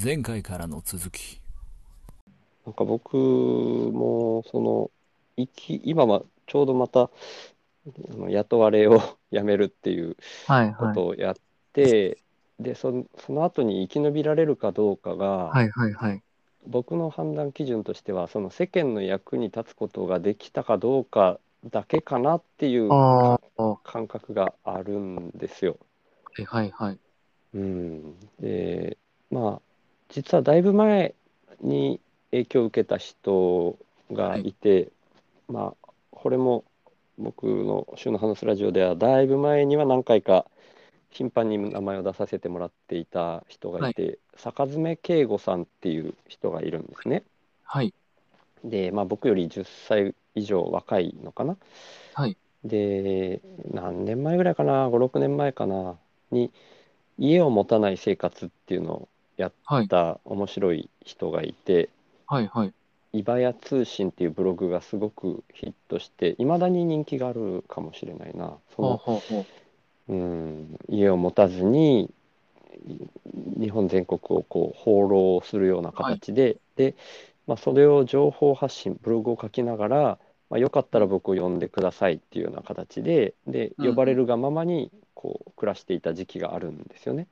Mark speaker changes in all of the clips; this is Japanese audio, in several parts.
Speaker 1: 前回からの続き
Speaker 2: なんか僕も、その、いき、今はちょうどまた、あの雇われを 辞めるっていう
Speaker 3: はい
Speaker 2: こ
Speaker 3: はい。
Speaker 2: とをやって、で、その、その後に生き延びられるかどうかが、
Speaker 3: はいはいはい。
Speaker 2: 僕の判断基準としては、その世間の役に立つことができたかどうかだけかなっていう
Speaker 3: ああ、は
Speaker 2: 感覚があるんですよ。
Speaker 3: いはいはい。
Speaker 2: うん、でまあ実はだいぶ前に影響を受けた人がいて、まあこれも僕の「週の話すラジオ」ではだいぶ前には何回か頻繁に名前を出させてもらっていた人がいて、坂爪慶吾さんっていう人がいるんですね。
Speaker 3: はい
Speaker 2: で、まあ、僕より10歳以上若いのかな。
Speaker 3: はい
Speaker 2: で、何年前ぐらいかな、5、6年前かな、に、家を持たない生活っていうのをや
Speaker 3: はい
Speaker 2: った面白い人がいて、
Speaker 3: はいはい。
Speaker 2: イバヤ通信っていうブログがすごくヒットして、いまだに人気があるかもしれないな。そ
Speaker 3: ほう
Speaker 2: の
Speaker 3: ほうほう。
Speaker 2: うん、家を持たずにい日本全国をこう放浪するような形で、で、まあ、それを情報発信ブログを書きながら、まあ、よかったら僕を呼んでくださいっていうような形でで
Speaker 3: うん
Speaker 2: 呼ばれるがままにこう暮らしていた時期があるんですよね。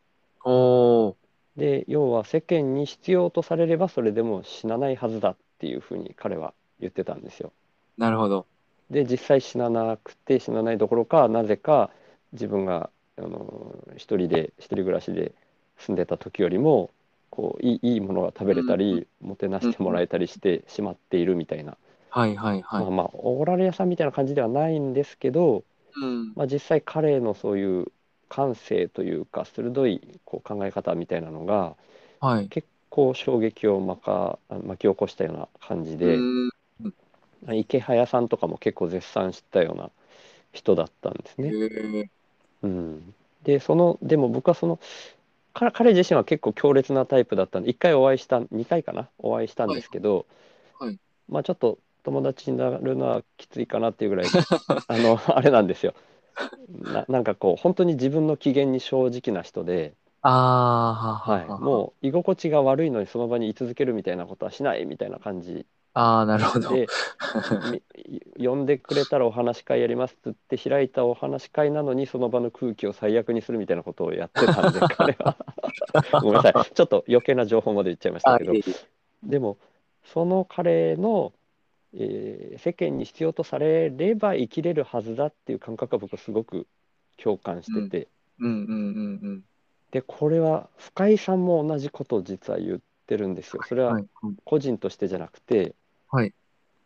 Speaker 3: おー。
Speaker 2: で要は世間に必要とされればそれでも死なないはずだっていうふうに彼は言ってたんですよ。
Speaker 3: なるほど。
Speaker 2: で実際死ななくて死なないどころかなぜか自分があの一人で一人暮らしで住んでた時よりもこういいいいものが食べれたり、もてなしてもらえたりしてしまっているみたいな、
Speaker 3: はいはいはい
Speaker 2: まあ。まあおごられ屋さんみたいな感じではないんですけど、
Speaker 3: うん。
Speaker 2: まあ、実際彼のそういう感性というか鋭いこう考え方みたいなのが
Speaker 3: はい。
Speaker 2: 結構衝撃をまか巻き起こしたような感じで。
Speaker 3: うん
Speaker 2: 池早さんとかも結構絶賛したような人だったんです
Speaker 3: へ
Speaker 2: ね。
Speaker 3: ー
Speaker 2: うん、でそのでも僕はその彼彼自身は結構強烈なタイプだったんで1回お会いした2回かなお会いしたんですけど、
Speaker 3: はいはい
Speaker 2: まあちょっと友達になるのはきついかなっていうぐらいあの あれなんですよな。なんかこう本当に自分の機嫌に正直な人で、
Speaker 3: ああー、は
Speaker 2: はい、
Speaker 3: はは。
Speaker 2: もう居心地が悪いのにその場に居続けるみたいなことはしないみたいな感じ
Speaker 3: ああ、なるほど。
Speaker 2: でみ呼んでくれたらお話し会やりますっつって開いたお話し会なのにその場の空気を最悪にするみたいなことをやってたんで彼 はごめんなさいちょっと余計な情報まで言っちゃいました
Speaker 3: あ
Speaker 2: けど
Speaker 3: いえいえ
Speaker 2: でもその彼の、えー世間に必要とされれば生きれるはずだっていう感覚は僕はすごく共感してて、
Speaker 3: うんうんうんうん。
Speaker 2: でこれは深井さんも同じことを実は言ってるんですよ。それは
Speaker 3: はいはい。
Speaker 2: 個人としてじゃなくて、
Speaker 3: はい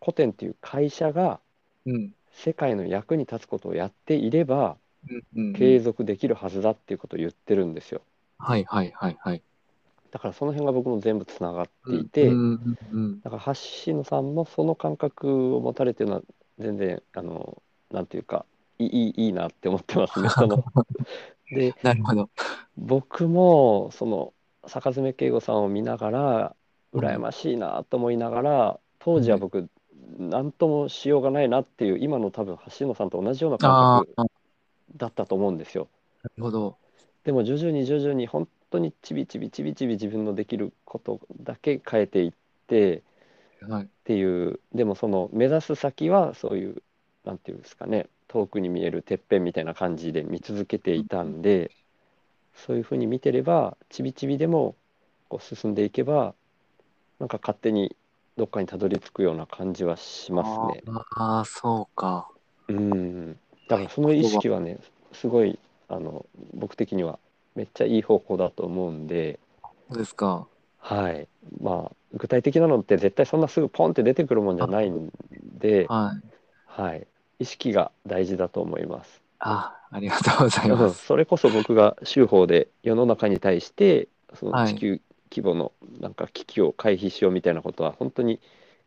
Speaker 2: 古典っていう会社が
Speaker 3: うん。
Speaker 2: 世界の役に立つことをやっていれば
Speaker 3: うんうんうん
Speaker 2: 継続できるはずだっていうことを言ってるんですよ。
Speaker 3: はいはいはいはい。
Speaker 2: だからその辺が僕も全部つながっていて、
Speaker 3: うんうんうん
Speaker 2: だから橋野さんもその感覚を持たれてるのは全然あのなんていうかいいいいいいなって思って ますね。そので
Speaker 3: なるほど。
Speaker 2: 僕もその坂爪慶吾さんを見ながら羨ましいなと思いながら当時は僕何ともしようがないなっていう今の多分橋野さんと同じような
Speaker 3: あ
Speaker 2: 感覚
Speaker 3: あ、な
Speaker 2: だったと思うんですよ。
Speaker 3: るほど。
Speaker 2: でも徐々に徐々に本当にちびちびちびちび自分のできることだけ変えていってっ
Speaker 3: はい。
Speaker 2: ていうでもその目指す先はそういうなんていうんですかね遠くに見えるてっぺんみたいな感じで見続けていたんでそういうふうに見てればちびちびでもこう進んでいけばなんか勝手にどっかにたどり着くような感じはしますね。
Speaker 3: ああ、そうか。
Speaker 2: うん、だからその意識はねすごいあの僕的にはめっちゃいい方向だと思うんで、
Speaker 3: そうですか。
Speaker 2: はい、まあ具体的なのって絶対そんなすぐポンって出てくるもんじゃないんで、
Speaker 3: はい。
Speaker 2: はい、意識が大事だと思います。
Speaker 3: ああ、ありがとうござい
Speaker 2: うん
Speaker 3: ます。
Speaker 2: それこそ僕が修法で世の中に対してその
Speaker 3: はい
Speaker 2: 地球規模のなんか危機を回避しようみたいなことは本当に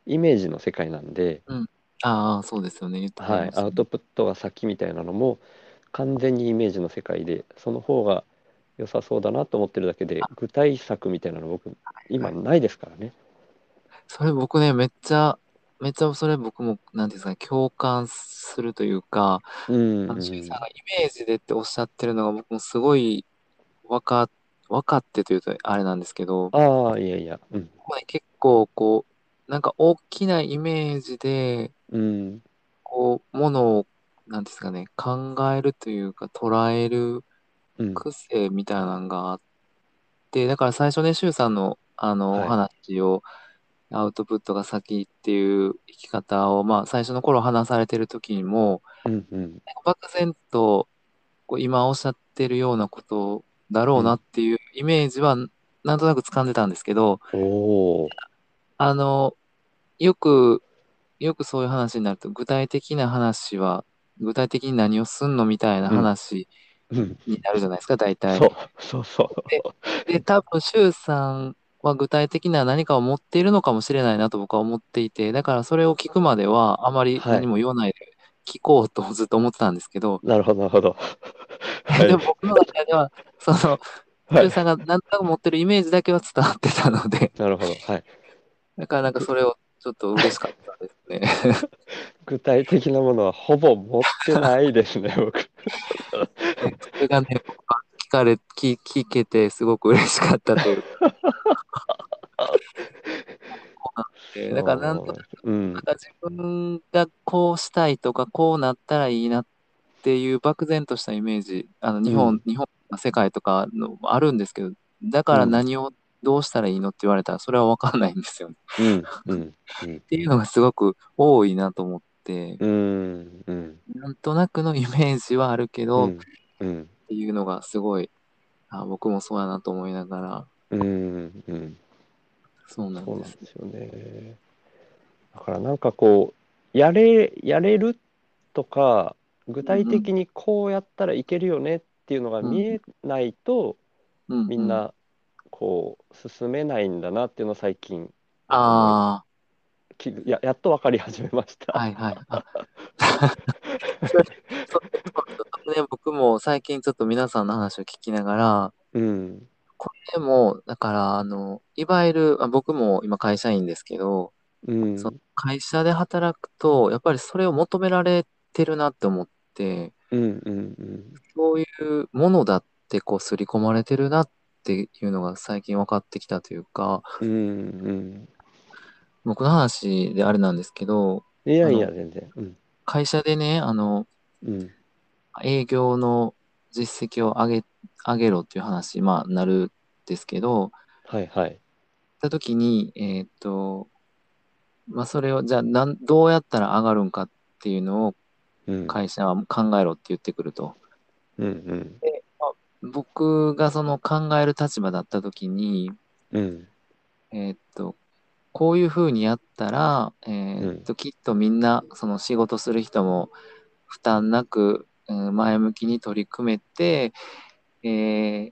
Speaker 2: イメージの世界なんで、
Speaker 3: ああ、そうですよね。言っては
Speaker 2: は
Speaker 3: り
Speaker 2: い
Speaker 3: ま、す
Speaker 2: アウトプットが先みたいなのも完全にイメージの世界でその方が良さそうだなと思ってるだけで具体策みたいなの僕今ないですからね。
Speaker 3: それ僕ね、めっちゃ、めっちゃそれ僕も、なんていうんですかね、共感するというか、
Speaker 2: うん
Speaker 3: あ
Speaker 2: うん
Speaker 3: の、シュウさんがイメージでっておっしゃってるのが僕もすごいわか、分かってというとあれなんですけど、
Speaker 2: ああ、いやいや、うん。
Speaker 3: まあ結構こう、なんか大きなイメージで、
Speaker 2: うん。
Speaker 3: こう、ものを、なんですかね、考えるというか、捉える
Speaker 2: うん。
Speaker 3: 癖みたいなのがあって、だから最初ね、周さんの、あの、
Speaker 2: はい
Speaker 3: お話を、アウトプットが先っていう生き方を、まあ、最初の頃話されてる時にも、
Speaker 2: うん。うん。
Speaker 3: 漠然と、こう今おっしゃってるようなことだろうなっていうイメージは、なんとなく掴んでたんですけど、
Speaker 2: おお。
Speaker 3: あの、よく、よくそういう話になると、具体的な話は、具体的に何をすんのみたいな話
Speaker 2: うん。
Speaker 3: になるじゃないですか、大体。
Speaker 2: そう、そうそう。
Speaker 3: で、多分、周さんは具体的な何かを持っているのかもしれないなと僕は思っていて、だからそれを聞くまでは、あまり
Speaker 2: はい
Speaker 3: 何も言わないで聞こうとずっと思ってたんですけど、
Speaker 2: なるほど、なるほど。はい。
Speaker 3: でも僕の中では、その、
Speaker 2: はい
Speaker 3: 周さんが何となく持ってるイメージだけは伝わってたので、
Speaker 2: なるほど。はい。
Speaker 3: なかなかそれをちょっと嬉しかったですね。
Speaker 2: 具体的なものはほぼ持ってないです ね、僕。
Speaker 3: それがね、僕は聞かれ、聞聞けてすごく嬉しかったというか。 そうなんで、だからなんとな
Speaker 2: うん
Speaker 3: なん。か自分がこうしたいとか、こうなったらいいなっていう漠然としたイメージ、あの日本、
Speaker 2: うん
Speaker 3: 日本の世界とかのもあるんですけど、だから何をどうしたらいいのって言われたら、それは分かんないんですよね。
Speaker 2: うん。うん。うん
Speaker 3: っていうのがすごく多いなと思って、
Speaker 2: うん。うん。
Speaker 3: なんとなくのイメージはあるけ
Speaker 2: う
Speaker 3: ど、っ
Speaker 2: ん。うん。
Speaker 3: ていうのがすごい、あ僕もそうやなと思いながら、
Speaker 2: うん。うん。
Speaker 3: そうなん
Speaker 2: そうなん
Speaker 3: で。
Speaker 2: ですすよね。だからなんかこうやれやれるとか具体的にこうやったらいけるよねっていうのが見えないと、
Speaker 3: うんうん
Speaker 2: みんなこう進めないんだなっていうのを最近
Speaker 3: あ
Speaker 2: きややっと分かり始めました。
Speaker 3: あ、はいはい。あそうそうね、僕も最近ちょっと皆さんの話を聞きながら、
Speaker 2: うん
Speaker 3: これも、だから、あの、いわゆる、あ僕も今会社員ですけど、
Speaker 2: うん
Speaker 3: そう会社で働くと、やっぱりそれを求められてるなって思って、
Speaker 2: うんうん
Speaker 3: そういうものだってこう、刷り込まれてるなっていうのが最近分かってきたというか、
Speaker 2: うんうん
Speaker 3: 僕の話であれなんですけど、
Speaker 2: うんいやい
Speaker 3: あ
Speaker 2: や全然うん
Speaker 3: 会社でね、あの、
Speaker 2: うん
Speaker 3: 営業の実績を上げ、上げろっていう話、まあ、なるんですけど、
Speaker 2: はいはい
Speaker 3: たときに、えーっと、まあ、それを、じゃあなん、どうやったら上がるんかっていうのを
Speaker 2: うん
Speaker 3: 会社は考えろって言ってくると。
Speaker 2: うんうん
Speaker 3: 僕がその考える立場だったときに、
Speaker 2: うん
Speaker 3: えーっと、こういうふうにやったら、えーっと、きっとみんな、その仕事する人も負担なく、うん前向きに取り組めて、えー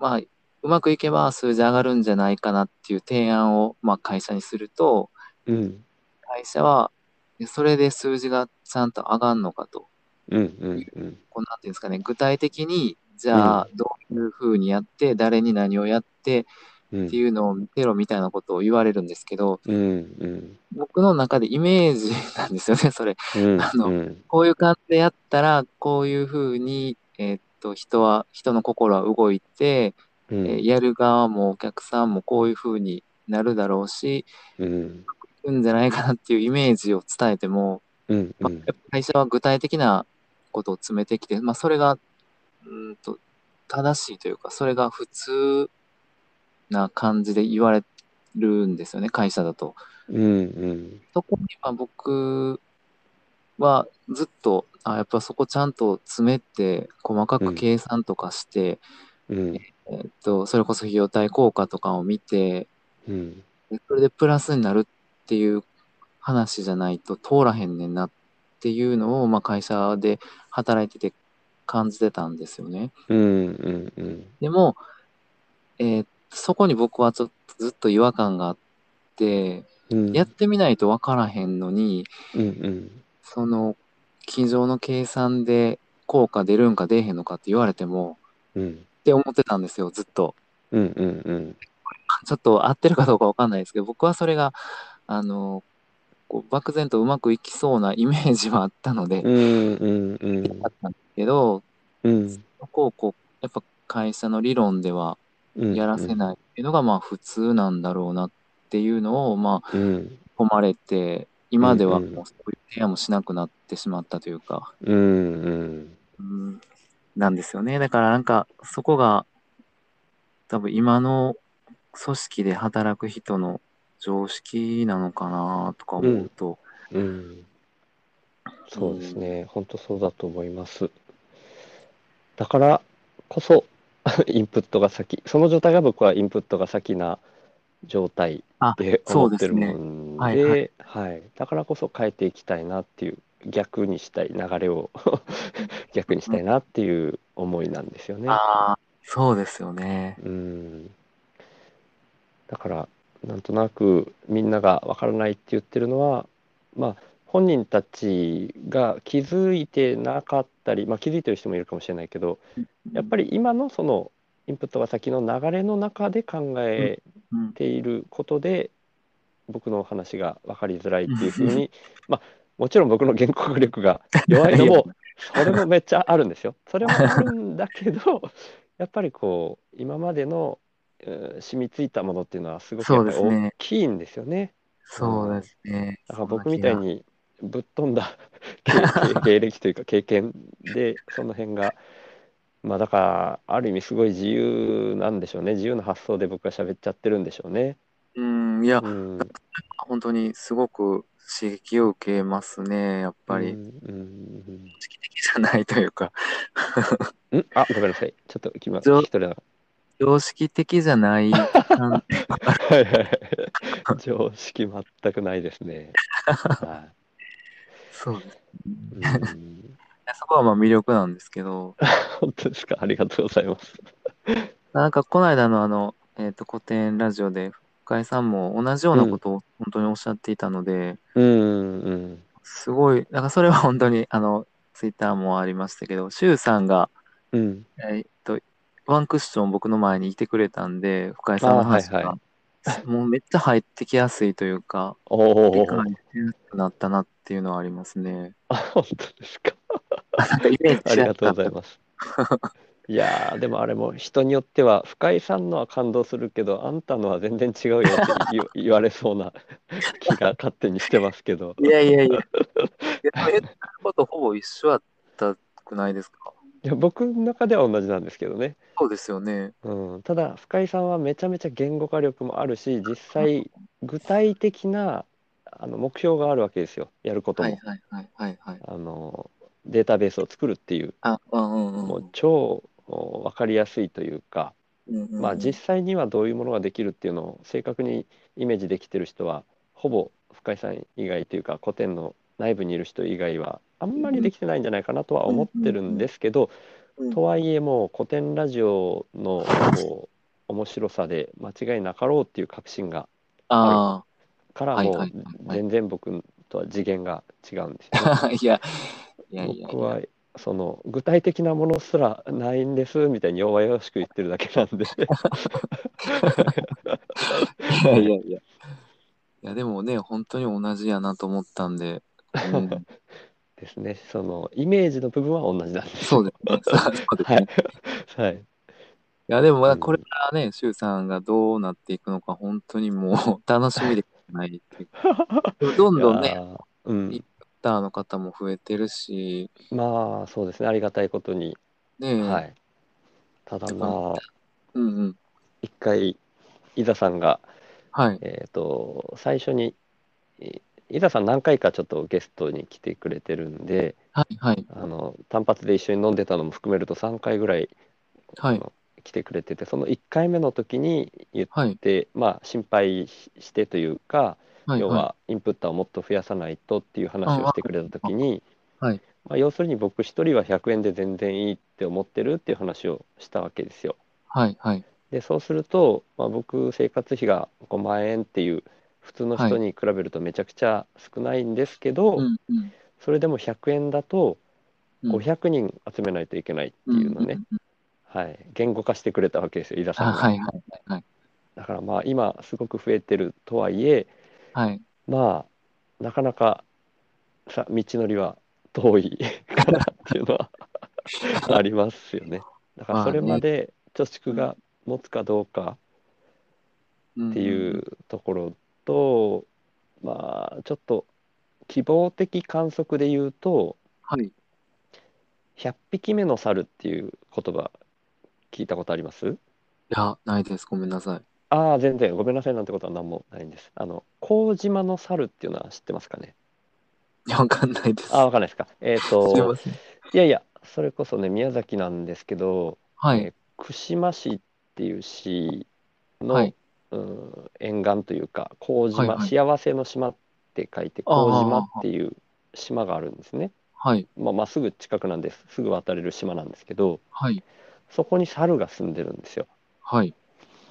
Speaker 3: まあ、うまくいけば数字上がるんじゃないかなっていう提案を、まあ、会社にすると、
Speaker 2: うん
Speaker 3: 会社は、でそれで数字がちゃんと上がるのかと。
Speaker 2: うんうんうん
Speaker 3: こうなんていうんですかね、具体的に、じゃあ、どういうふうにやって、誰に何をやってっ
Speaker 2: うん
Speaker 3: ていうのを見てろみたいなことを言われるんですけど、
Speaker 2: うんうん
Speaker 3: 僕の中でイメージなんですよね、 それ。
Speaker 2: うん
Speaker 3: あの
Speaker 2: うん
Speaker 3: こういう感じでやったら、こういうふうに、えーっと、人は、人の心は動いて、
Speaker 2: う
Speaker 3: えー
Speaker 2: ん
Speaker 3: やる側もお客さんもこういうふうになるだろうし、
Speaker 2: うん
Speaker 3: うんじゃないかなっていうイメージを伝えても、
Speaker 2: うんう
Speaker 3: まあ、
Speaker 2: ん
Speaker 3: やっぱ会社は具体的なことを詰めてきて、まあ、それがうーんと正しいというか、それが普通な感じで言われるんですよね、会社だと。
Speaker 2: うんうん
Speaker 3: そこにまあ僕はずっと、あやっぱそこちゃんと詰めて、細かく計算とかして、
Speaker 2: うん
Speaker 3: えっと、それこそ費用対効果とかを見て、
Speaker 2: うん
Speaker 3: でそれでプラスになるっていう話じゃないと通らへんねんなっていうのを、まあ、会社で働いてて感じてたんですよね。
Speaker 2: うんうんうん
Speaker 3: でも、えーそこに僕はちょっとずっと違和感があって、
Speaker 2: うん
Speaker 3: やってみないと分からへんのに、
Speaker 2: うんうん
Speaker 3: その、机上の計算で効果出るんか出えへんのかって言われても、
Speaker 2: うん
Speaker 3: って思ってたんですよ、ずっと。
Speaker 2: うんうんうん
Speaker 3: ちょっと合ってるかどうかわかんないですけど、僕はそれが、あの、こう漠然とうまくいきそうなイメージはあったので、
Speaker 2: うんうんうん
Speaker 3: あったんですけど、
Speaker 2: うん
Speaker 3: そこをこう、やっぱ会社の理論では
Speaker 2: うん
Speaker 3: やらせないっていうのがまあ普通なんだろうなっていうのをまあ
Speaker 2: うん
Speaker 3: 込まれて今では
Speaker 2: うんうん
Speaker 3: もうそういうケアもしなくなってしまったというか、
Speaker 2: うんうん
Speaker 3: うん、なんですよねだからなんかそこが多分今の組織で働く人の常識なのかなとか思うと、
Speaker 2: うんそうですね本当そうだと思いますだからこそ インプットが先その状態が僕はインプットが先な状態で
Speaker 3: あそ
Speaker 2: 思
Speaker 3: う
Speaker 2: っ
Speaker 3: で
Speaker 2: て
Speaker 3: す
Speaker 2: る
Speaker 3: ね
Speaker 2: もん
Speaker 3: はい
Speaker 2: で
Speaker 3: は
Speaker 2: はいだからこそ変えていきたいなっていう逆にしたい流れを 逆にしたいなっていう思いなんですよね。
Speaker 3: ああそうですよね
Speaker 2: うんだからなんとなくみんながわからないって言ってるのはまあ本人たちが気づいてなかったり、まあ、気づいてる人もいるかもしれないけどやっぱ
Speaker 3: り、
Speaker 2: り今のそのインプットが先の流れの中で考え
Speaker 3: うん
Speaker 2: ていることで僕のお話が分かりづらいっていうふうにまあもちろん僕の原告力が弱いの もそれもめっちゃあるんですよ。それもあるんだけ どやっぱりこう今までのえー染みついたものっていうのはすごくやっぱり
Speaker 3: そうです
Speaker 2: 大
Speaker 3: ね
Speaker 2: きいんですよね。
Speaker 3: そうですね
Speaker 2: だから僕みたいにぶっ飛んだ 経経経歴というか経験でその辺がまあだからある意味すごい自由なんでしょうね自由な発想で僕は喋っちゃってるんでしょうね。
Speaker 3: うんいや
Speaker 2: うん
Speaker 3: 本当にすごく刺激を受けますねやっぱり、
Speaker 2: う
Speaker 3: 好
Speaker 2: んうんうん
Speaker 3: き的じゃないというか
Speaker 2: うん、んあごめんなさいちょっと今
Speaker 3: じゃあ
Speaker 2: 聞き取れなかっ
Speaker 3: 常識的じゃない 感じ
Speaker 2: たはいはいはい常識全くないですね、は
Speaker 3: そうです
Speaker 2: い、うん
Speaker 3: そこはまあ魅力なんですけど
Speaker 2: 本当ですかありがとうございます
Speaker 3: なんかこの間のあの、えー、と古典ラジオで深井さんも同じようなことを本当におっしゃっていたので、
Speaker 2: うんうん
Speaker 3: すごいなんかそれは本当にあのツイッターもありましたけど周さんが、
Speaker 2: うん
Speaker 3: えー、とワンクッション僕の前にいてくれたんで深井さんの話が、
Speaker 2: あはいは
Speaker 3: もうめっちゃ入ってきやすいというか
Speaker 2: おお
Speaker 3: 理解しやすくなったなっていうのはありますね。
Speaker 2: 本当ですか
Speaker 3: なんかイメージ
Speaker 2: あ
Speaker 3: し
Speaker 2: り
Speaker 3: や
Speaker 2: が
Speaker 3: す
Speaker 2: とう
Speaker 3: かっ
Speaker 2: ござい
Speaker 3: た。
Speaker 2: ます。いやーでもあれも人によっては深井さんのは感動するけどあんたのは全然違うよって 言言われそうな気が勝手にしてますけど
Speaker 3: いや いやいや。いや言ってることほぼ一緒だったくないですか
Speaker 2: いや僕の中では同じなんですけどね、
Speaker 3: そうですよね。
Speaker 2: うん、ただ深井さんはめちゃめちゃ言語化力もあるし実際具体的なあの目標があるわけですよやること
Speaker 3: は
Speaker 2: も、
Speaker 3: いはいはいはいはい。
Speaker 2: あのデータベースを作るっていう
Speaker 3: あ、うんうんうん。
Speaker 2: もう超分かりやすいというか、
Speaker 3: うんうんうん
Speaker 2: まあ、実際にはどういうものができるっていうのを正確にイメージできてる人はほぼ深井さん以外というか古典の内部にいる人以外はあんまりできてないんじゃないかなとは思ってるんですけど
Speaker 3: うん
Speaker 2: とはいえもう古典ラジオのこう面白さで間違いなかろうっていう確信が
Speaker 3: あ
Speaker 2: からも
Speaker 3: は
Speaker 2: う
Speaker 3: いはいはいはい
Speaker 2: 全然僕とは次元が違うんですよね。
Speaker 3: あ。 いや、いやいや
Speaker 2: 僕。はその具体的なものすらないんですみたいに弱々しく言ってるだけなんで。
Speaker 3: いやいやいや。いやでもね、本当に同じやなと思ったんで。うん
Speaker 2: ですね。そのイメージの部分は同じなんです。
Speaker 3: そうですね。そうです
Speaker 2: は
Speaker 3: ね
Speaker 2: い。。はい。
Speaker 3: いやでもまあ
Speaker 2: うん
Speaker 3: これからね、周さんがどうなっていくのか、本当にも う楽しみでしかないっていうかでもどんどん
Speaker 2: いや
Speaker 3: ね、
Speaker 2: ー。うん。
Speaker 3: スターの方も増えてるし、
Speaker 2: まあそうですね。ありがたいことに。
Speaker 3: ねえ、
Speaker 2: はい。ただまあ
Speaker 3: うんうん、
Speaker 2: 一回伊沢さんが
Speaker 3: はい、
Speaker 2: えっ、と最初にえ伊沢さん何回かちょっとゲストに来てくれてるんで、
Speaker 3: はい、はい、
Speaker 2: あの単発で一緒に飲んでたのも含めると3回ぐらい
Speaker 3: はい
Speaker 2: あの来てくれてて、その1回目の時に言っ
Speaker 3: はい、
Speaker 2: てまあ心配ししてというか。
Speaker 3: はい、
Speaker 2: 要
Speaker 3: は
Speaker 2: はインプッターをもっと増やさないとっていう話をしてくれた時に、
Speaker 3: はい
Speaker 2: まあ、要するに僕一人は100円で全然いいって思ってるっていう話をしたわけですよ。
Speaker 3: い、はい、
Speaker 2: でそうすると、まあ、僕生活費が5万円っていう普通の人に比べるとめちゃくちゃ少ないんですけど、
Speaker 3: うんうん、
Speaker 2: それでも100円だと
Speaker 3: うん
Speaker 2: 500人集めないといけないっていうのね、
Speaker 3: んん
Speaker 2: はい、言語化してくれたわけですよ伊田さ
Speaker 3: あ
Speaker 2: んが、
Speaker 3: はい、はい、はい、
Speaker 2: だからまあ今すごく増えてるとはいえ
Speaker 3: はい、
Speaker 2: まあなかなかさ道のりは遠い か なっていうのはありますよね。だからそれまで貯蓄が持つかどうか
Speaker 3: うん
Speaker 2: っていうところと、まあちょっと希望的観測で言うと
Speaker 3: はい
Speaker 2: 「100匹目の猿」っていう言葉聞いたことあります
Speaker 3: いやないですごめんなさい
Speaker 2: ああ全然ごめんなさいなんてことは何もないんです。あの麹島の猿っていうのは知ってますかね
Speaker 3: い やわかんないです
Speaker 2: ああわかんないですか。えっ、
Speaker 3: すい
Speaker 2: と
Speaker 3: ません
Speaker 2: いやいやそれこそね宮崎なんですけど
Speaker 3: は
Speaker 2: え
Speaker 3: い
Speaker 2: 串間市っていう市の、
Speaker 3: はい
Speaker 2: うん沿岸というか麹島、
Speaker 3: はいはい
Speaker 2: 幸せの島って書いて
Speaker 3: あー
Speaker 2: 麹島っていう島があるんですね。
Speaker 3: はい
Speaker 2: まあ、まあすぐ近くなんですすぐ渡れる島なんですけど
Speaker 3: はい
Speaker 2: そこに猿が住んでるんですよ。
Speaker 3: はい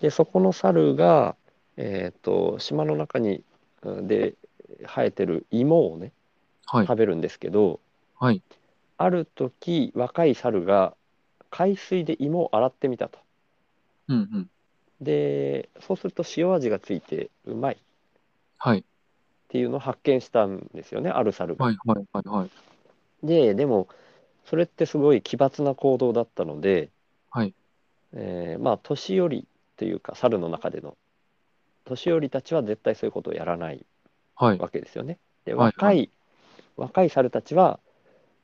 Speaker 2: でそこの猿が、えー、と島の中にうんで生えてる芋をね
Speaker 3: はい
Speaker 2: 食べるんですけど、
Speaker 3: はい
Speaker 2: ある時若い猿が海水で芋を洗ってみたと。
Speaker 3: うんうん
Speaker 2: でそうすると塩味がついてうまいっ
Speaker 3: はい
Speaker 2: ていうのを発見したんですよねある猿が。
Speaker 3: はいはいはいはい
Speaker 2: ででもそれってすごい奇抜な行動だったので、
Speaker 3: はい
Speaker 2: えーまあ年寄りというか猿の中での年寄りたちは絶対そういうことをやらない
Speaker 3: はい
Speaker 2: わけですよね。で
Speaker 3: はい
Speaker 2: 若い、若い猿たちは、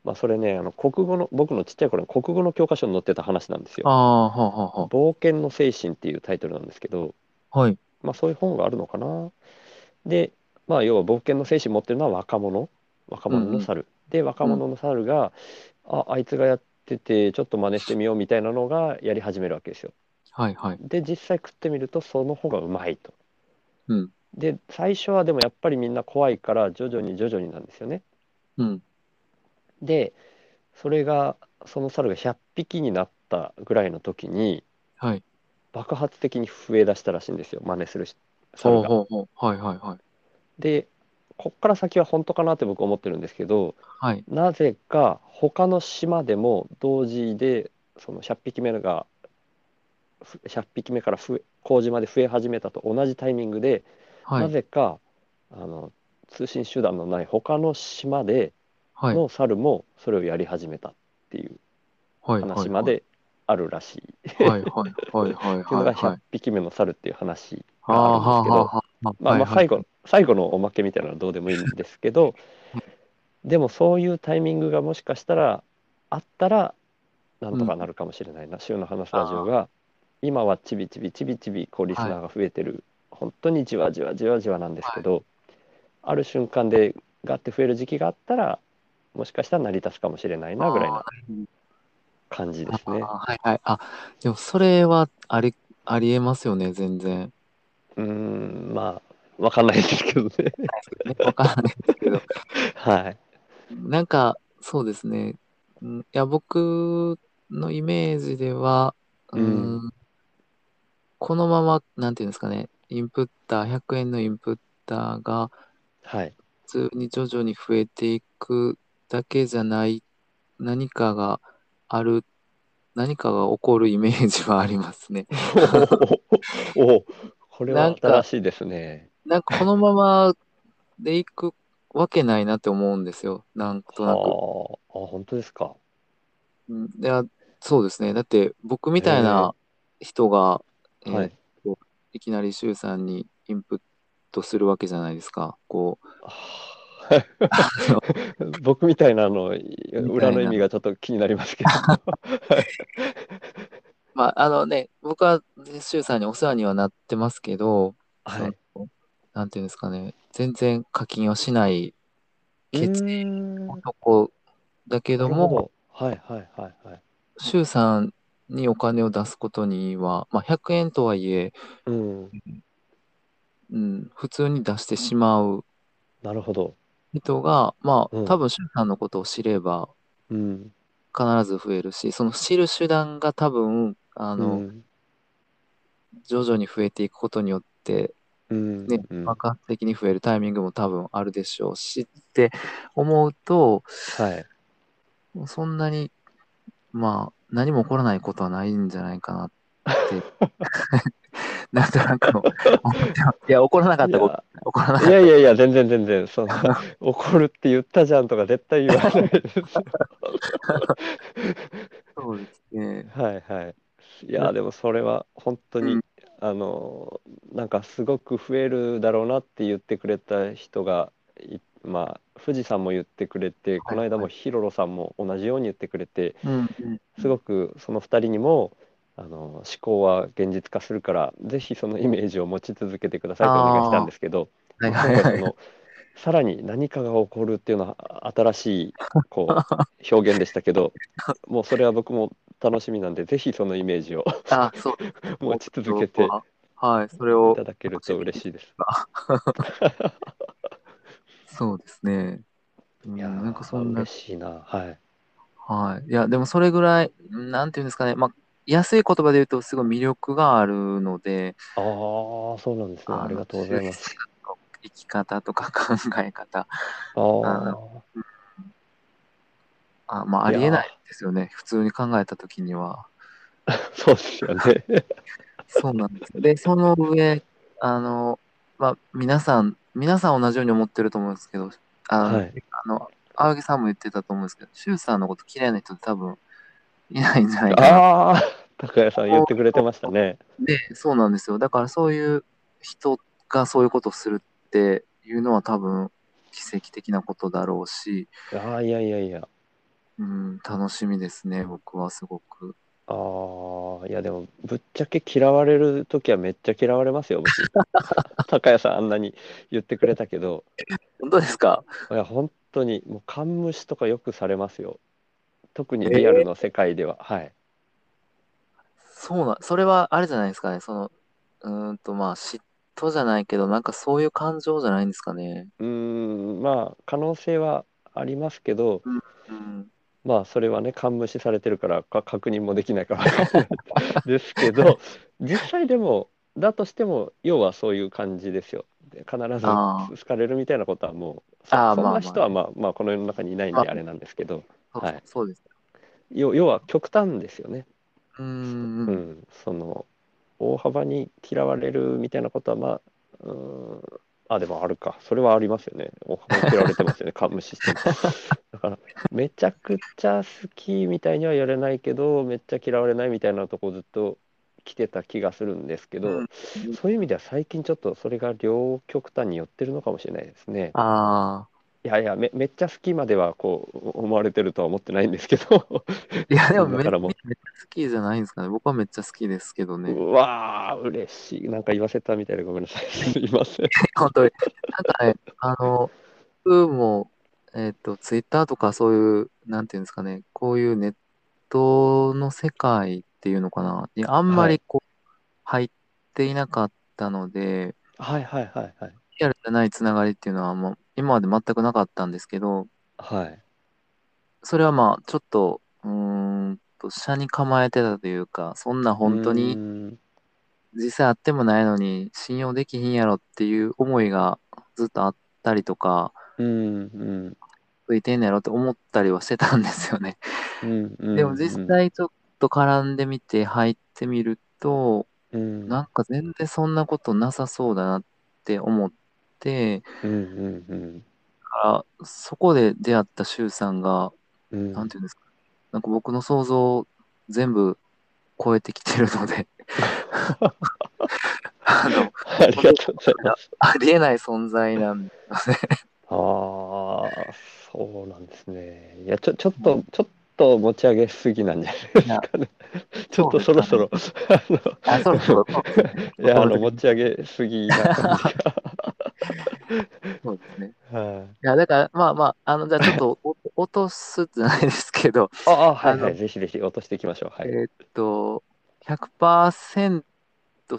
Speaker 2: まあ、それねあの国語の僕のちっちゃい頃の国語の教科書に載ってた話なんです
Speaker 3: あ
Speaker 2: よ。
Speaker 3: あはあはあは
Speaker 2: 冒険の精神っていうタイトルなんですけど、
Speaker 3: あはい
Speaker 2: まあ、そういう本があるのかな。で、まあ、要は冒険の精神持ってるのは若者若者の猿、で若者の猿が、ああいつがやっててちょっと真似してみようみたいなのがやり始めるわけですよ。
Speaker 3: はいはい
Speaker 2: で実際食ってみるとその方がうまいと。
Speaker 3: うん
Speaker 2: で最初はでもやっぱりみんな怖いから徐々に徐々になんですよね。
Speaker 3: うん
Speaker 2: でそれがその猿が100匹になったぐらいの時に
Speaker 3: はい
Speaker 2: 爆発的に増えだしたらしいんですよ真似するし
Speaker 3: ほ
Speaker 2: 猿
Speaker 3: う
Speaker 2: が。
Speaker 3: ほうほうはいはいはい
Speaker 2: でこっから先は本当かなって僕思ってるんですけど
Speaker 3: はい
Speaker 2: なぜか他の島でも同時でその100匹目がふ100匹目から増え麹まで増え始めたと同じタイミングで、
Speaker 3: は
Speaker 2: ないぜかあの通信手段のない他の島で
Speaker 3: はい
Speaker 2: の猿もそれをやり始めたっていう
Speaker 3: はい
Speaker 2: 話まであるらしい。
Speaker 3: はいはいは
Speaker 2: っ
Speaker 3: いはい
Speaker 2: ていうの
Speaker 3: は
Speaker 2: が
Speaker 3: いはい
Speaker 2: 100匹目の猿っていう話
Speaker 3: ああ
Speaker 2: があるんですけど。
Speaker 3: はあはあ
Speaker 2: まあ、まあ最後、
Speaker 3: はい
Speaker 2: 最後のおまけみたいなのはどうでもいいんですけ どでもそういうタイミングがもしかしたらあったらなんとかなるかもしれないな「週の話ラジオが」今はちびちびちびちびこうリスナーが増えてる、本当にじわじわじわじわなんですけど、ある瞬間でガッて増える時期があったらもしかしたら成り立つかもしれないなぐらいな感じですね。
Speaker 3: あはいはい。あ、でもそれはあり、ありえますよね、全然。
Speaker 2: うーんまあわかんないですけどね。
Speaker 3: ね、わからないですけど。
Speaker 2: はい、
Speaker 3: なんか、そうですね。うんいや、僕のイメージでは、うん、このまま、なんていうんですかね、インプッター、100円のインプッターが
Speaker 2: はい
Speaker 3: 普通に徐々に増えていくだけじゃない、何かがある、何かが起こるイメージはありますね。
Speaker 2: おおおこれ
Speaker 3: な
Speaker 2: は
Speaker 3: んか
Speaker 2: 新しいですね。
Speaker 3: なんかこのままでいくわけないなって思うんですよ。なんと
Speaker 2: あ
Speaker 3: な
Speaker 2: あ
Speaker 3: く。
Speaker 2: 本当ですか。
Speaker 3: うんいや、そうですね。だって僕みたいな人が、えー
Speaker 2: はい
Speaker 3: いきなり周さんにインプットするわけじゃないですか。こう、
Speaker 2: あ ー僕みたいなの
Speaker 3: たいな
Speaker 2: 裏の意味がちょっと気になりますけど。
Speaker 3: まあ、あのね、僕は周さんにお世話にはなってますけど、
Speaker 2: はい。
Speaker 3: そのなんていうんですかね、全然課金をしない決意
Speaker 2: な
Speaker 3: 男だけど
Speaker 2: る
Speaker 3: も、
Speaker 2: ほど。はいはいはいはい。
Speaker 3: 周さんにお金を出すことには、まあ、100円とはいえ、
Speaker 2: うん。
Speaker 3: うん、普通に出してしまう
Speaker 2: なるほど。
Speaker 3: 人が、まあ、
Speaker 2: うん
Speaker 3: 多分、周さんのことを知れば
Speaker 2: うん。
Speaker 3: 必ず増えるし、その知る手段が多分、あ
Speaker 2: あ
Speaker 3: の、
Speaker 2: うん。
Speaker 3: 徐々に増えていくことによって、
Speaker 2: うん
Speaker 3: ね、
Speaker 2: うんは
Speaker 3: 爆発的に増えるタイミングも多分あるでしょうし、って思うと、
Speaker 2: い。
Speaker 3: そんなに、まあ、何も起こらないことはないんじゃないかなって、 なんとなく思ってますいや、起こらなかったこと、起こらないかっ
Speaker 2: やいやいや、全然全然、 そんな怒るって言ったじゃんとか絶対言わないです。
Speaker 3: たことですね。
Speaker 2: はいはい。いやーでもそれは本当に、
Speaker 3: うん
Speaker 2: あのーなんかすごく増えるだろうなって言ってくれた人がいまあ富士山も言ってくれてこの間もヒロロさんも同じように言ってくれて
Speaker 3: うん
Speaker 2: すごくその2人にもあの思考は現実化するからぜひそのイメージを持ち続けてくださいとお願いしたんですけど
Speaker 3: はい
Speaker 2: な
Speaker 3: は
Speaker 2: ん
Speaker 3: い
Speaker 2: か
Speaker 3: は
Speaker 2: そ
Speaker 3: い。
Speaker 2: のさらに何かが起こるっていうのは新しいこう表現でしたけ どもうそれは僕も楽しみなんでぜひそのイメージを
Speaker 3: あ、そう。
Speaker 2: 持ち続けてい
Speaker 3: はい、それを
Speaker 2: ただけると嬉しいです。
Speaker 3: そうですね。うん
Speaker 2: いやー
Speaker 3: なんかそんな、
Speaker 2: 嬉しいな。はい。
Speaker 3: はい。いや、でもそれぐらい、うんなんていうんですかね、まあ、安い言葉で言うと、すごい魅力があるので、
Speaker 2: ああそうなんですね。ありがとうございます。
Speaker 3: あの。生き方とか考え方、
Speaker 2: ああ
Speaker 3: あまあ、ありえないですよね、普通に考えたときには。
Speaker 2: そうですよね。
Speaker 3: そうなんですよ。で、その上、あの、まあ、皆さん、皆さん同じように思ってると思うんですけど、あの、
Speaker 2: はい
Speaker 3: あの青木さんも言ってたと思うんですけど、周さんのこと嫌いな人って多分いないんじゃないかな。
Speaker 2: ああ高谷さん言ってくれてましたね。
Speaker 3: で、そうなんですよ。だからそういう人がそういうことをするっていうのは多分奇跡的なことだろうし、
Speaker 2: ああいやいやいや。
Speaker 3: うん、楽しみですね、僕はすごく。
Speaker 2: ああいやでもぶっちゃけ嫌われる時はめっちゃ嫌われます よ僕。高谷さんあんなに言ってくれたけど
Speaker 3: 本当ですか
Speaker 2: いや本当にもう缶蒸しとかよくされますよ。特にリアルの世界では、はい。
Speaker 3: そうなん、それはあれじゃないですかね、その、うーんとまあ嫉妬じゃないけど、なんかそういう感情じゃないんですかね。
Speaker 2: うーんまあ可能性はありますけど。
Speaker 3: うん、
Speaker 2: まあそれはね勘無視されてるからか確認もできないから ですけど実際でもだとしても要はそういう感じですよで必ず
Speaker 3: あ
Speaker 2: 好かれるみたいなことはもうそ
Speaker 3: あー
Speaker 2: そん
Speaker 3: まあま
Speaker 2: な
Speaker 3: あ
Speaker 2: 人はまあまあこの世の中にいないん
Speaker 3: ま
Speaker 2: で
Speaker 3: あ
Speaker 2: あれなんですけど
Speaker 3: そう
Speaker 2: はい
Speaker 3: そうです。
Speaker 2: 要要は極端ですよね、
Speaker 3: うー、
Speaker 2: うんん、その大幅に嫌われるみたいなことはまあうーんあでもあるかそれはありますよね大幅に嫌われてますよねカムシステムだからめちゃくちゃ好きみたいにはやれないけどめっちゃ嫌われないみたいなとこずっと来てた気がするんですけど、
Speaker 3: うん
Speaker 2: そういう意味では最近ちょっとそれが両極端に寄ってるのかもしれないですね
Speaker 3: あ
Speaker 2: いやいやめめっちゃ好きまではこう思われてるとは思ってないんですけど
Speaker 3: あ、いやでも
Speaker 2: だか
Speaker 3: めっちゃ
Speaker 2: らも
Speaker 3: め
Speaker 2: う
Speaker 3: っちゃ好きじゃないんですかね。僕はめっちゃ好きですけどね。
Speaker 2: うわー嬉しいなんか言わせたみたいでごめんなさい すいません
Speaker 3: 本当に。なんかね、あの、僕も、えっ、と、ツイッターとかそういう、なんていうんですかね、こういうネットの世界っていうのかな、にあんまりこう、入っていなかったので、
Speaker 2: はいはいはいはい
Speaker 3: リアルじゃないつながりっていうのはもう、今まで全くなかったんですけど、
Speaker 2: はい
Speaker 3: それはまあ、ちょっと、うーんと、車に構えてたというか、そんな本当
Speaker 2: う
Speaker 3: に
Speaker 2: ーん
Speaker 3: 実際あってもないのに信用できひんやろっていう思いがずっとあったりとか、
Speaker 2: うんうん
Speaker 3: ついてんねやろって思ったりはしてたんですよね。
Speaker 2: うんうん
Speaker 3: でも実際ちょっと絡んでみて入ってみると、
Speaker 2: うん
Speaker 3: なんか全然そんなことなさそうだなって思って、
Speaker 2: うんうんうん
Speaker 3: だからそこで出会った周さんが、
Speaker 2: うん
Speaker 3: なんていうんですか、なんか僕の想像を全部超えてきてるの で、あの、
Speaker 2: ありがとうございます。
Speaker 3: ありえない存在 なんで、
Speaker 2: ああ、そうなんですね。いや、ちょ、ちょっと、ちょっと持ち上げすぎなんじゃないですかね。ちょっとそろそろ、あ
Speaker 3: あ、そうそうそう
Speaker 2: の、いや、あの、持ち上げすぎな 感じ
Speaker 3: そうですね。
Speaker 2: が。はい
Speaker 3: いや、だから、まあまあ、あの、じゃあちょっとお落とすじゃないですけど、
Speaker 2: ああ、はいは
Speaker 3: あ
Speaker 2: い、ぜひぜひ落としていきましょう。はい。
Speaker 3: えーっと、100%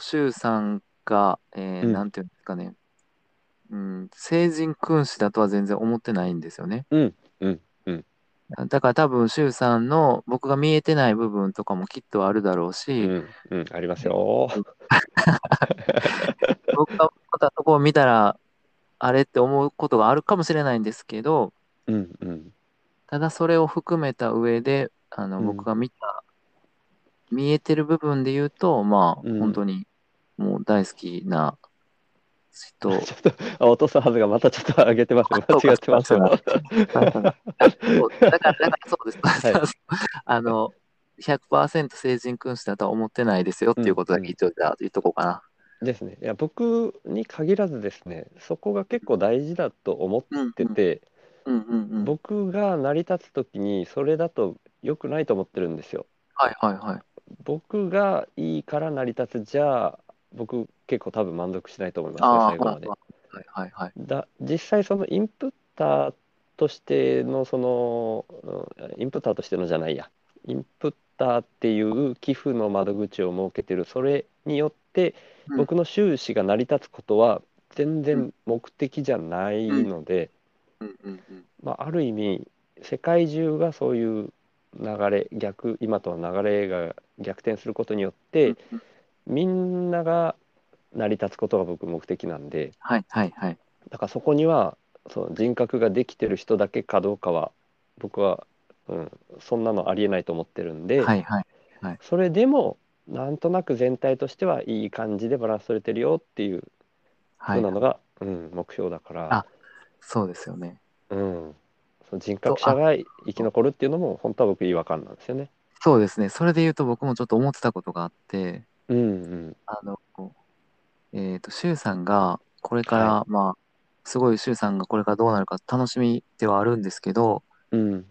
Speaker 3: 周さんが、えー
Speaker 2: うん
Speaker 3: なんていうんですかね、うん、成人君子だとは全然思ってないんですよね。
Speaker 2: うんうんうん
Speaker 3: だから多分、周さんの僕が見えてない部分とかもきっとあるだろう
Speaker 2: う
Speaker 3: し、
Speaker 2: ん、うん、ありますよ。
Speaker 3: 僕がまたそこを見たら、あれって思うことがあるかもしれないんですけど、
Speaker 2: うんうん。
Speaker 3: ただそれを含めた上で、あの
Speaker 2: うん
Speaker 3: 僕が見た、見えてる部分で言うと、まあ、
Speaker 2: うん
Speaker 3: 本当にもう大好きな 人、
Speaker 2: ちょっと、あ落とすはずがまたちょっと上げてますね。間違ってますよ。
Speaker 3: そうだから、だからそうです。
Speaker 2: い
Speaker 3: あの、 100%成人君主だとは思ってないですよっていうことだけ一応じゃあ言っとこうかな。
Speaker 2: ですね。いや僕に限らずですねそこが結構大事だと思ってて、
Speaker 3: うんうんうん。
Speaker 2: 僕が成り立つ時にそれだと良くないと思ってるんですよ。
Speaker 3: はいはいはい。
Speaker 2: 僕がいいから成り立つじゃあ僕結構多分満足しないと思いますね
Speaker 3: ああ
Speaker 2: 最後まで。
Speaker 3: はいはいはい。
Speaker 2: だ実際そのインプッターとしてのその、うんインプッターとしてのじゃないやインプッターっていう寄付の窓口を設けてるそれによって
Speaker 3: うん
Speaker 2: 僕の収支が成り立つことは全然目的じゃないので、
Speaker 3: うんうんうん。
Speaker 2: まあ、ある意味世界中がそういう流れ逆今との流れが逆転することによって、
Speaker 3: うん
Speaker 2: みんなが成り立つことが僕目的なんで。
Speaker 3: はいはいはい。
Speaker 2: だからそこにはその人格ができてる人だけかどうかは僕は、うん、そんなのありえないと思ってるんで、
Speaker 3: はいはい。
Speaker 2: それでもなんとなく全体としてはいい感じでバランス取れてるよっていうふ
Speaker 3: は。
Speaker 2: うないのが、うん、目標だから
Speaker 3: あ、そうですよね。
Speaker 2: うん、その人格者が生き残るっていうのも本当は僕違和感なんですよね。
Speaker 3: そうですね。それで言うと僕もちょっと思ってたことがあって、
Speaker 2: うんうん
Speaker 3: あの、えっ、と、周さんがこれから、
Speaker 2: は
Speaker 3: まあ、すごい周さんがこれからどうなるか楽しみではあるんですけど、
Speaker 2: うん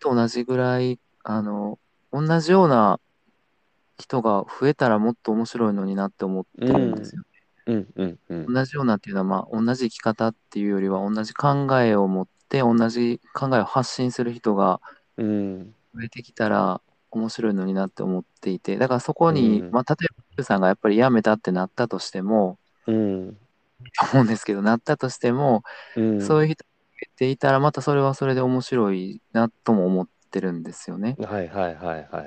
Speaker 3: それと同じぐらい、あの、同じような人が増えたらもっと面白いのになって思ってるんですよ。
Speaker 2: うんうんうん
Speaker 3: 同じようなっていうのは、まあ、同じ生き方っていうよりは、同じ考えを持って、同じ考えを発信する人が
Speaker 2: うん
Speaker 3: 増えてきたら面白いのになって思っていて、だからそこに、
Speaker 2: うん
Speaker 3: まあ、例えば、周さんがやっぱり辞めたってなったとしても、
Speaker 2: うん
Speaker 3: 思うんですけど、なったとしても、
Speaker 2: うん
Speaker 3: そういう人が増えていたら、またそれはそれで面白いなとも思ってるんですよね。
Speaker 2: はいはいはいはい。
Speaker 3: だ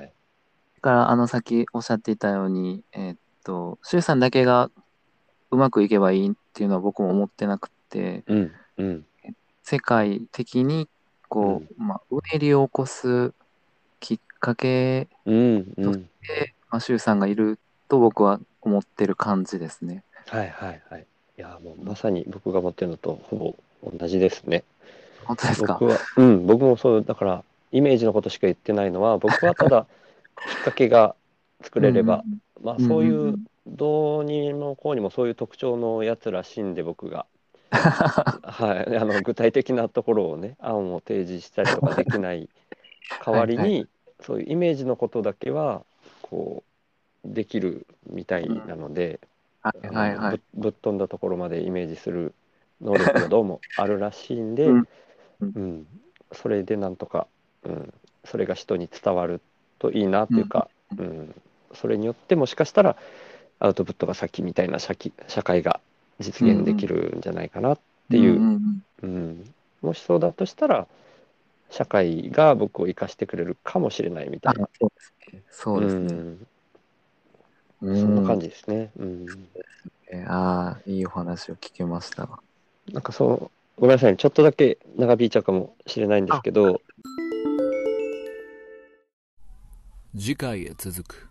Speaker 3: から、あの、さっきおっしゃっていたように、えーっと、周さんだけがうまくいけばいいっていうのは僕も思ってなくて、
Speaker 2: うんうん
Speaker 3: 世界的に、こう、まあ、うねりを起こすきっかけ
Speaker 2: うんうん
Speaker 3: で、まあ、周さんがいると僕は思ってる感じですね。
Speaker 2: はいはいはい。いやもうまさに僕が持ってるのとほぼ同じですね。
Speaker 3: 本当ですか
Speaker 2: 僕はうん僕もそうだからイメージのことしか言ってないのは僕はただ きっかけが作れれば、
Speaker 3: うん
Speaker 2: まあ
Speaker 3: うんん
Speaker 2: そうい
Speaker 3: ん
Speaker 2: うんどうにもこうにもそういう特徴のやつらしいんで僕 がはいあの具体的なところをね案を提示したりとかできない代わりに
Speaker 3: はい
Speaker 2: そういうイメージのことだけはこうできるみたいなので。
Speaker 3: はい
Speaker 2: あの
Speaker 3: はいはい
Speaker 2: ぶ。ぶっ飛んだところまでイメージする能力がどうもあるらしいんで、
Speaker 3: う
Speaker 2: うんん
Speaker 3: うん
Speaker 2: それでなんとか、うん、それが人に伝わるといいなというか、
Speaker 3: う
Speaker 2: うんそれによってもしかしたらアウトプットが先みたいな社き社会が実現できるんじゃないかなっていう、
Speaker 3: んんん
Speaker 2: うんもしそうだとしたら社会が僕を生かしてくれるかもしれないみた
Speaker 3: あ
Speaker 2: いな、
Speaker 3: そうですね。そうですね。
Speaker 2: うんそんな感じですね。うん
Speaker 3: えーああ、いいお話を聞けました。
Speaker 2: なんかそう、ごめんなさい、ちょっとだけ長引いちゃうかもしれないんですけど、
Speaker 1: 次回へ続く